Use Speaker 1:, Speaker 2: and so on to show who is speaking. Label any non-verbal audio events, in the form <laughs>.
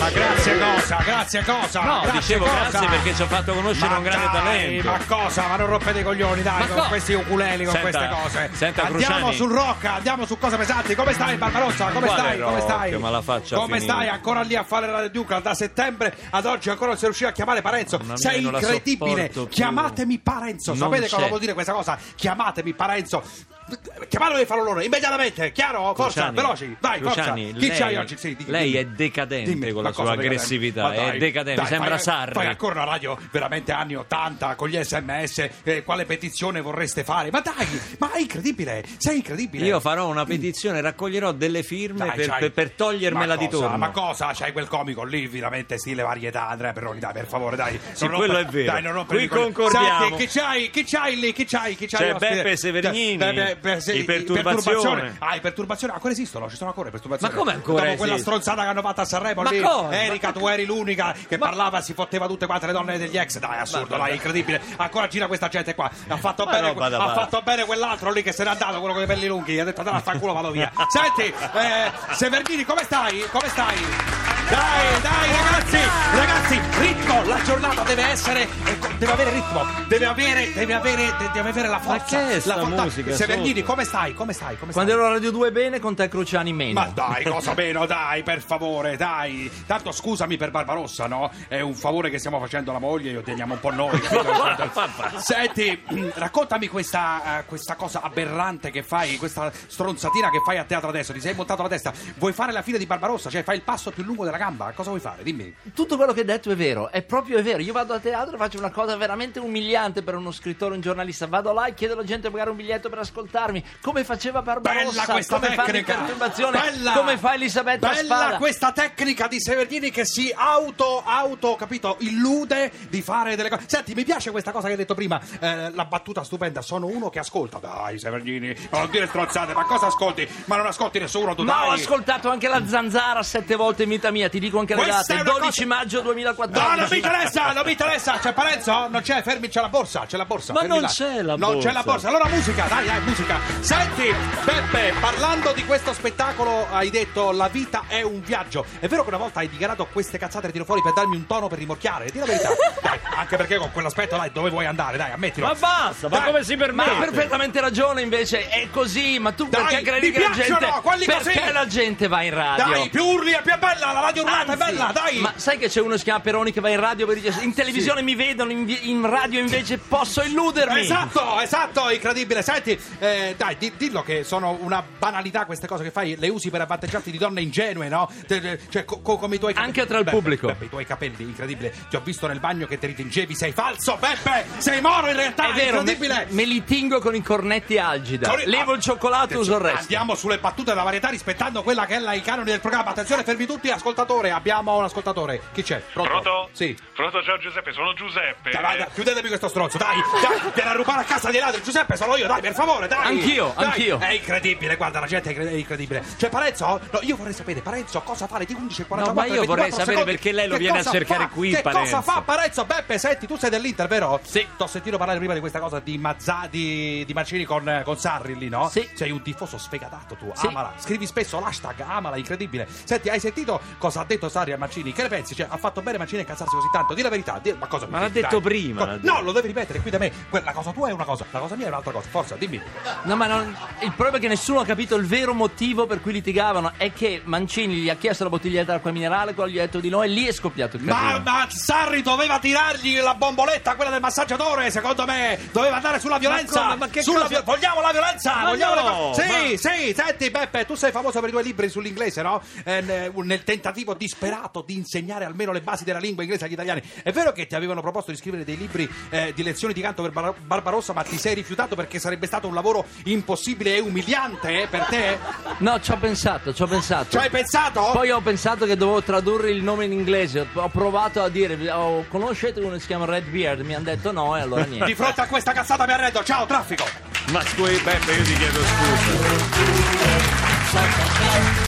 Speaker 1: Ma grazie cosa, grazie cosa.
Speaker 2: No,
Speaker 1: grazie
Speaker 2: dicevo
Speaker 1: cosa.
Speaker 2: grazie perché ci ha fatto conoscere
Speaker 1: Ma
Speaker 2: un grande
Speaker 1: dai,
Speaker 2: talento.
Speaker 1: Ma cosa? Ma non rompete i coglioni, dai,
Speaker 2: Ma
Speaker 1: con
Speaker 2: co-
Speaker 1: questi uculeli, con
Speaker 2: Senta-
Speaker 1: queste cose.
Speaker 2: senta,
Speaker 1: andiamo
Speaker 2: Cruciani.
Speaker 1: sul rock, andiamo su cose pesanti. Come stai, Barbarossa? Come
Speaker 2: Quale
Speaker 1: stai? Come
Speaker 2: rock?
Speaker 1: stai?
Speaker 2: Ma la faccia
Speaker 1: Come
Speaker 2: finita.
Speaker 1: stai ancora lì a fare la Duca? Da settembre ad oggi ancora non si riuscì a chiamare Parenzo.
Speaker 2: Mamma mia,
Speaker 1: Sei
Speaker 2: non la
Speaker 1: incredibile.
Speaker 2: sopporto più.
Speaker 1: Chiamatemi Parenzo.
Speaker 2: Non
Speaker 1: Sapete cosa
Speaker 2: c'è.
Speaker 1: vuol dire questa cosa? Chiamatemi Parenzo. Chiamatemi farlo loro immediatamente, chiaro? Forza,
Speaker 2: Cruciani,
Speaker 1: veloci, vai,
Speaker 2: Cruciani,
Speaker 1: forza. Chi
Speaker 2: lei-
Speaker 1: c'hai oggi? Sì, di-
Speaker 2: lei
Speaker 1: dimmi.
Speaker 2: è decadente
Speaker 1: Dimmi,
Speaker 2: con
Speaker 1: ma
Speaker 2: la sua
Speaker 1: cosa decadente?
Speaker 2: aggressività,
Speaker 1: Ma dai,
Speaker 2: è decadente,
Speaker 1: dai,
Speaker 2: sembra
Speaker 1: fai,
Speaker 2: Sarri.
Speaker 1: Fai ancora una radio veramente anni 80 con gli sms, eh, quale petizione vorreste fare? Ma dai, ma è incredibile, sei incredibile.
Speaker 2: Io farò una petizione, raccoglierò delle firme
Speaker 1: Dai,
Speaker 2: per,
Speaker 1: c'hai-
Speaker 2: per- per togliermela
Speaker 1: Ma
Speaker 2: di
Speaker 1: cosa,
Speaker 2: torno.
Speaker 1: Ma cosa? C'hai quel comico lì, veramente stile varietà, Andrea Perroni, dai, per favore, dai. non
Speaker 2: Sì, quello è vero.
Speaker 1: Dai, non rompere
Speaker 2: Qui
Speaker 1: i coglioni.
Speaker 2: concordiamo.
Speaker 1: Senti, chi c'hai? Chi c'hai lì? Chi c'hai? Chi c'hai
Speaker 2: C'è
Speaker 1: ospite?
Speaker 2: Beppe Severgnini,
Speaker 1: Beh, beh, beh, sì,
Speaker 2: i
Speaker 1: i
Speaker 2: Perturbazione.
Speaker 1: Ah, i perturbazione ancora esistono, ci sono ancora i perturbazioni.
Speaker 2: Ma come ancora
Speaker 1: Dopo quella
Speaker 2: esistono?
Speaker 1: stronzata che hanno fatto a Sanremo
Speaker 2: Ma
Speaker 1: lì, eh?
Speaker 2: cosa?
Speaker 1: Erika, tu eri l'unica che parlava, si fotteva tutte quante le donne degli ex. Dai, assurdo, dai, incredibile. Ancora gira questa gente qua. Ha fatto
Speaker 2: Ma
Speaker 1: bene,
Speaker 2: roba da
Speaker 1: ha
Speaker 2: pazzi.
Speaker 1: fatto bene quell'altro lì che se n'è andato, quello con i pelli lunghi. Gli ha detto, andate a culo,
Speaker 2: <laughs>
Speaker 1: vado via. Senti, eh, Severgnini, come stai? Come stai? Dai, dai ragazzi, ragazzi, ritmo, la giornata deve essere, eh, co- deve avere ritmo, deve avere, deve avere, de- deve avere la forza.
Speaker 2: che è sta
Speaker 1: la forza.
Speaker 2: musica
Speaker 1: Severgnini,
Speaker 2: sotto?
Speaker 1: come stai? Come stai? Come stai?
Speaker 3: Quando ero a Radio 2 bene, con te Cruciani meno.
Speaker 1: Ma dai, cosa meno, dai, per favore, dai. Tanto scusami per Barbarossa, no? È un favore che stiamo facendo alla moglie, lo teniamo un po' noi. Senti, raccontami questa, eh, questa cosa aberrante che fai, questa stronzatina che fai a teatro adesso. Ti sei montato la testa. Vuoi fare la fine di Barbarossa? Cioè, fai il passo più lungo della gamba? Cosa vuoi fare? Dimmi.
Speaker 3: Tutto quello che hai detto è vero, è proprio è vero. Io vado a teatro e faccio una cosa veramente umiliante per uno scrittore, un giornalista. Vado là e chiedo alla gente di pagare un biglietto per ascoltarmi. Come faceva
Speaker 1: Bella
Speaker 3: Barbarossa,
Speaker 1: questa
Speaker 3: come fa
Speaker 1: tecnica.
Speaker 3: Perturbazione,
Speaker 1: Bella.
Speaker 3: come fa Elisabetta
Speaker 1: Bella
Speaker 3: Spada.
Speaker 1: questa tecnica di Severgnini che si auto, auto, capito, illude di fare delle cose. Senti, mi piace questa cosa che hai detto prima, eh, la battuta stupenda. Sono uno che ascolta. Dai, Severgnini, ma non dire strozzate, ma cosa ascolti? Ma non ascolti nessuno, tu
Speaker 3: Ma ho
Speaker 1: dai.
Speaker 3: ascoltato anche la zanzara sette volte in vita mia, ti dico anche le
Speaker 1: Questa
Speaker 3: date.
Speaker 1: è una
Speaker 3: 12
Speaker 1: cosa-
Speaker 3: maggio
Speaker 1: No,
Speaker 3: 2014.
Speaker 1: non mi interessa, non mi interessa. C'è Parenzo? Non c'è, fermi, c'è la borsa, c'è la borsa.
Speaker 2: Ma
Speaker 1: fermi
Speaker 2: non
Speaker 1: là.
Speaker 2: c'è la
Speaker 1: Non c'è la borsa.
Speaker 2: borsa.
Speaker 1: Allora musica, dai, dai, musica. Senti, Beppe, parlando di questo spettacolo hai detto la vita è un viaggio. È vero che una volta hai dichiarato queste cazzate le tiro fuori per darmi un tono per rimorchiare? Dì la
Speaker 2: <laughs>
Speaker 1: verità. Dai, anche perché con quell'aspetto, dai, dove vuoi andare? Dai, ammettilo.
Speaker 2: Ma basta, ma
Speaker 1: Dai,
Speaker 2: come si
Speaker 3: Ma
Speaker 2: permette?
Speaker 3: hai perfettamente ragione invece, è così, ma tu
Speaker 1: Dai,
Speaker 3: perché credi
Speaker 1: mi
Speaker 3: che la
Speaker 1: piacciono
Speaker 3: gente
Speaker 1: quelli così.
Speaker 3: perché la gente va in radio?
Speaker 1: Dai, più urli è più bella, la radio urlata è
Speaker 3: Anzi,
Speaker 1: bella, dai.
Speaker 3: Ma sai che c'è uno che si chiama Peroni che va in radio e dice in televisione mi vedono, in, vi- in radio invece posso illudermi.
Speaker 1: Esatto, esatto, incredibile. Senti, eh, dai, di- dillo che sono una banalità queste cose che fai, le usi per avvantaggiarti di donne ingenue, no? Te- te- Cioè, co- co- come i tuoi
Speaker 3: Anche tra il pubblico.
Speaker 1: Beppe, i tuoi capelli, incredibile. Ti ho visto nel bagno che te li tingevi, sei falso, Beppe! Sei moro in realtà,
Speaker 3: È vero, me,
Speaker 1: incredibile!
Speaker 3: me li tingo con i cornetti algida.
Speaker 1: Cori-
Speaker 3: Levo il cioccolato e uso il resto.
Speaker 1: Andiamo sulle battute della varietà rispettando quella che è la, i canoni del programma. Attenzione, fermi tutti, ascoltatore. Abbiamo un ascoltatore. Chi c'è? Pronto?
Speaker 4: Pronto?
Speaker 1: Sì.
Speaker 4: Pronto, ciao Giuseppe, sono Giuseppe.
Speaker 1: Dai, vai, dai, chiudetemi questo stronzo, dai, dai, viene a rubare a casa di ladri, Giuseppe, sono io, dai, per favore, dai.
Speaker 3: Anch'io,
Speaker 1: dai.
Speaker 3: anch'io.
Speaker 1: È incredibile, guarda, la gente è incre- è incredibile. Cioè, Parenzo, no, io vorrei sapere, Parenzo, cosa fare di 11 e 44
Speaker 2: No, ma io
Speaker 1: e 24
Speaker 2: vorrei sapere
Speaker 1: secondi?
Speaker 2: perché lei lo
Speaker 1: Che
Speaker 2: viene a
Speaker 1: cosa
Speaker 2: cercare
Speaker 1: fa?
Speaker 2: qui,
Speaker 1: Che cosa
Speaker 2: Parenzo?
Speaker 1: fa Parenzo? Beppe, senti, tu sei dell'Inter, vero?
Speaker 3: Sì.
Speaker 1: T'ho sentito parlare prima di questa cosa di, Mazza, di, di Mancini con, con Sarri lì, no?
Speaker 3: Sì.
Speaker 1: Sei un tifoso sfegatato tu,
Speaker 3: Sì.
Speaker 1: amala. Scrivi spesso l'hashtag, amala, incredibile. Senti, hai sentito cosa ha detto Sarri a Mancini? Che ne pensi? Cioè, ha fatto bene Mancini a cazzarsi così tanto? Dì la verità, di- ma cosa
Speaker 2: Ma
Speaker 1: mi
Speaker 2: l'ha
Speaker 1: dici,
Speaker 2: detto
Speaker 1: dai?
Speaker 2: prima,
Speaker 1: Co-
Speaker 2: l'ha detto.
Speaker 1: No, lo devi ripetere qui da me. Quella cosa tua è una cosa, la cosa mia è un'altra cosa. Forza, dimmi.
Speaker 3: No, ma non- il problema è che nessuno ha capito il vero motivo per cui litigavano. È che Mancini gli ha chiesto la bottiglietta d'acqua minerale, quello gli ha detto di no e lì è scoppiato il casino.
Speaker 1: Ma, ma Sarri doveva tirargli la bomboletta, quella del massaggiatore, secondo me. Doveva andare sulla violenza.
Speaker 2: cosa- ma che
Speaker 1: Sulla
Speaker 2: cosa-
Speaker 1: vi- Vogliamo la violenza!
Speaker 2: Ma
Speaker 1: vogliamo la
Speaker 2: no,
Speaker 1: violenza! Sì, sì, senti, Beppe, tu sei famoso per i tuoi libri sull'inglese, no? Eh, ne- nel tentativo disperato di insegnare almeno le basi della lingua inglese agli italiani. È vero che ti avevano proposto di scrivere dei libri eh, di lezioni di canto per Bar- Barbarossa, ma ti sei rifiutato perché sarebbe stato un lavoro impossibile e umiliante eh, per te?
Speaker 3: No, ci ho pensato, ci ho pensato.
Speaker 1: Ci hai pensato?
Speaker 3: Poi ho pensato che dovevo tradurre il nome in inglese. Ho provato a dire, "Oh, conoscete uno che si chiama Red Beard? Mi hanno detto no e allora niente.
Speaker 1: Di fronte a questa cazzata mi arrendo. Ciao, traffico!
Speaker 2: Ma scusi, Beppe, io ti chiedo scusa.